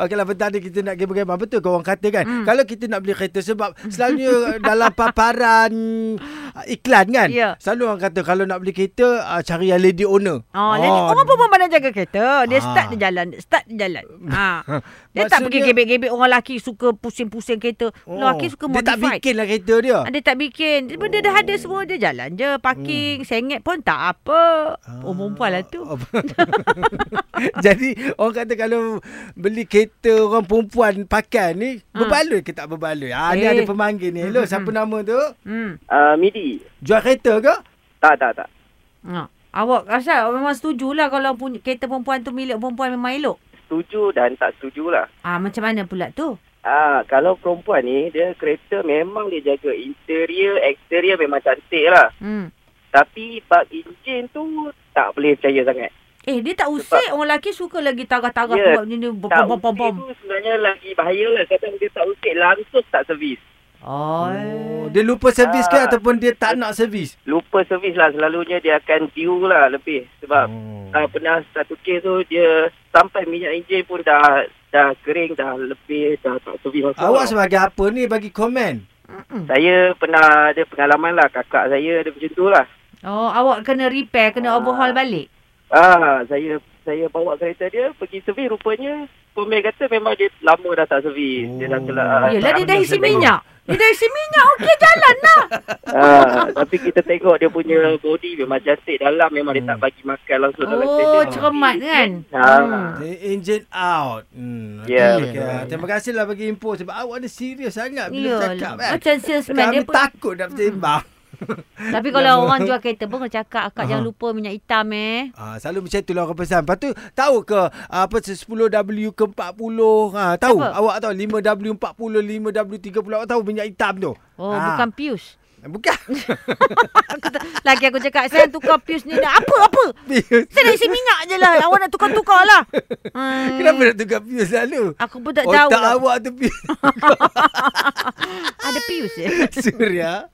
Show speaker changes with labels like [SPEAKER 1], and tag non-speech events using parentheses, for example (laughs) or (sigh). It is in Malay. [SPEAKER 1] Okeylah lah, petang ni kita nak game-game betul ke orang kata kan.
[SPEAKER 2] Hmm.
[SPEAKER 1] Mm. Kalau kita nak beli kereta
[SPEAKER 2] (laughs)
[SPEAKER 1] sebab selalunya eh, dalam paparan ah, iklan kan.
[SPEAKER 2] Ya.
[SPEAKER 1] Selalu orang kata kalau nak beli kereta ah, cari yang lady owner.
[SPEAKER 2] Oh, oh. Lagi, orang perempuan pandai jaga kereta. Dia
[SPEAKER 1] Ah.
[SPEAKER 2] start dia jalan. Start dia
[SPEAKER 1] (laughs)
[SPEAKER 2] jalan. Ha. Dia tak pergi
[SPEAKER 1] Maksudnya-
[SPEAKER 2] gebek-gebek orang lelaki suka pusing-pusing kereta. Oh. Lelaki suka
[SPEAKER 1] Dia tak
[SPEAKER 2] modified.
[SPEAKER 1] bikinlah kereta dia.
[SPEAKER 2] Ah, Dia tak bikin. Dia benda dah ada semua. Dia jalan je. Parking, hmm. sengit pun tak apa.
[SPEAKER 1] Ah.
[SPEAKER 2] Oh, perempuan lah tu.
[SPEAKER 1] Apa? (laughs) Jadi orang kata kalau beli kereta orang perempuan pakai ni berbaloi ke tak berbaloi? Ha, ni
[SPEAKER 2] Ah. Eh.
[SPEAKER 1] ada pemanggil ni. Hello, siapa nama tu?
[SPEAKER 2] Hmm.
[SPEAKER 3] Uh, midi.
[SPEAKER 1] Jual kereta ke?
[SPEAKER 3] Tak, tak, tak.
[SPEAKER 2] Ha. Awak rasa memang setujulah kalau punya kereta perempuan tu milik perempuan memang elok.
[SPEAKER 3] Setuju dan tak setuju lah.
[SPEAKER 2] Ah macam mana pula tu?
[SPEAKER 3] Ah, kalau perempuan ni, dia kereta memang dia jaga interior, exterior memang cantik lah.
[SPEAKER 2] Hmm.
[SPEAKER 3] Tapi bab enjin tu tak boleh percaya sangat.
[SPEAKER 2] Eh dia tak usik orang lelaki suka lagi tarah-tarah
[SPEAKER 3] Ya,
[SPEAKER 2] buat benda ni bom
[SPEAKER 3] tak
[SPEAKER 2] bom bom bom.
[SPEAKER 3] usik tu sebenarnya lagi bahaya lah. Kadang dia tak usik langsung tak servis.
[SPEAKER 2] Oh.
[SPEAKER 1] Oh, dia lupa servis ke
[SPEAKER 3] Ah.
[SPEAKER 1] ataupun dia tak nak servis?
[SPEAKER 3] Lupa servis lah. Selalunya dia akan due lah lebih. Sebab
[SPEAKER 1] Oh.
[SPEAKER 3] ah, pernah satu kes tu dia sampai minyak enjin pun dah dah kering, dah lebih, dah tak servis. langsung.
[SPEAKER 1] Awak sebagai apa ni bagi komen?
[SPEAKER 3] Saya pernah ada pengalaman lah kakak saya ada macam tu lah.
[SPEAKER 2] Oh awak kena repair, kena overhaul balik.
[SPEAKER 3] Ah, saya saya bawa kereta dia pergi servis rupanya pemilik kata memang dia lama dah tak servis. Dia dah kelak.
[SPEAKER 1] Oh.
[SPEAKER 2] Yelah dia dah isi
[SPEAKER 1] Sebelum-
[SPEAKER 2] minyak. Dia dah isi minyak. Okey jalan lah.
[SPEAKER 3] Ah, tapi kita tengok dia punya body memang cantik dalam memang dia tak bagi makan langsung dalam
[SPEAKER 2] Hmm. Oh cermat kan.
[SPEAKER 3] Ah.
[SPEAKER 2] Hmm.
[SPEAKER 1] The engine out. Hmm.
[SPEAKER 3] Ya,
[SPEAKER 1] okey, okey.
[SPEAKER 3] betul.
[SPEAKER 1] Terima kasihlah bagi info sebab awak ni serius sangat bila
[SPEAKER 2] Yelah.
[SPEAKER 1] cakap kan.
[SPEAKER 2] Macam salesman dia
[SPEAKER 1] Kami
[SPEAKER 2] pun.
[SPEAKER 1] takut nak sembang.
[SPEAKER 2] (laughs) Tapi kalau orang jual kereta pun kena cakap akak jangan
[SPEAKER 1] Aha.
[SPEAKER 2] lupa minyak hitam eh.
[SPEAKER 1] Ah, selalu macam itulah orang pesan. Lepas tu tahu ke ah, apa 10W ke 40? Ha, tahu.
[SPEAKER 2] Apa?
[SPEAKER 1] Awak tahu 5W 40, 5W 30. Awak tahu minyak hitam tu.
[SPEAKER 2] Oh
[SPEAKER 1] Ah.
[SPEAKER 2] bukan pius.
[SPEAKER 1] Bukan.
[SPEAKER 2] (laughs) Aku tak- Lagi aku cakap Saya tukar pius ni dah. Apa apa
[SPEAKER 1] Pius.
[SPEAKER 2] Saya nak isi minyak je lah Awak nak tukar-tukar lah hmm.
[SPEAKER 1] (laughs) Kenapa nak tukar pius selalu?
[SPEAKER 2] Aku pun tak tahu
[SPEAKER 1] Otak
[SPEAKER 2] lah.
[SPEAKER 1] awak tu pius.
[SPEAKER 2] Ada pius je
[SPEAKER 1] (laughs) Surya.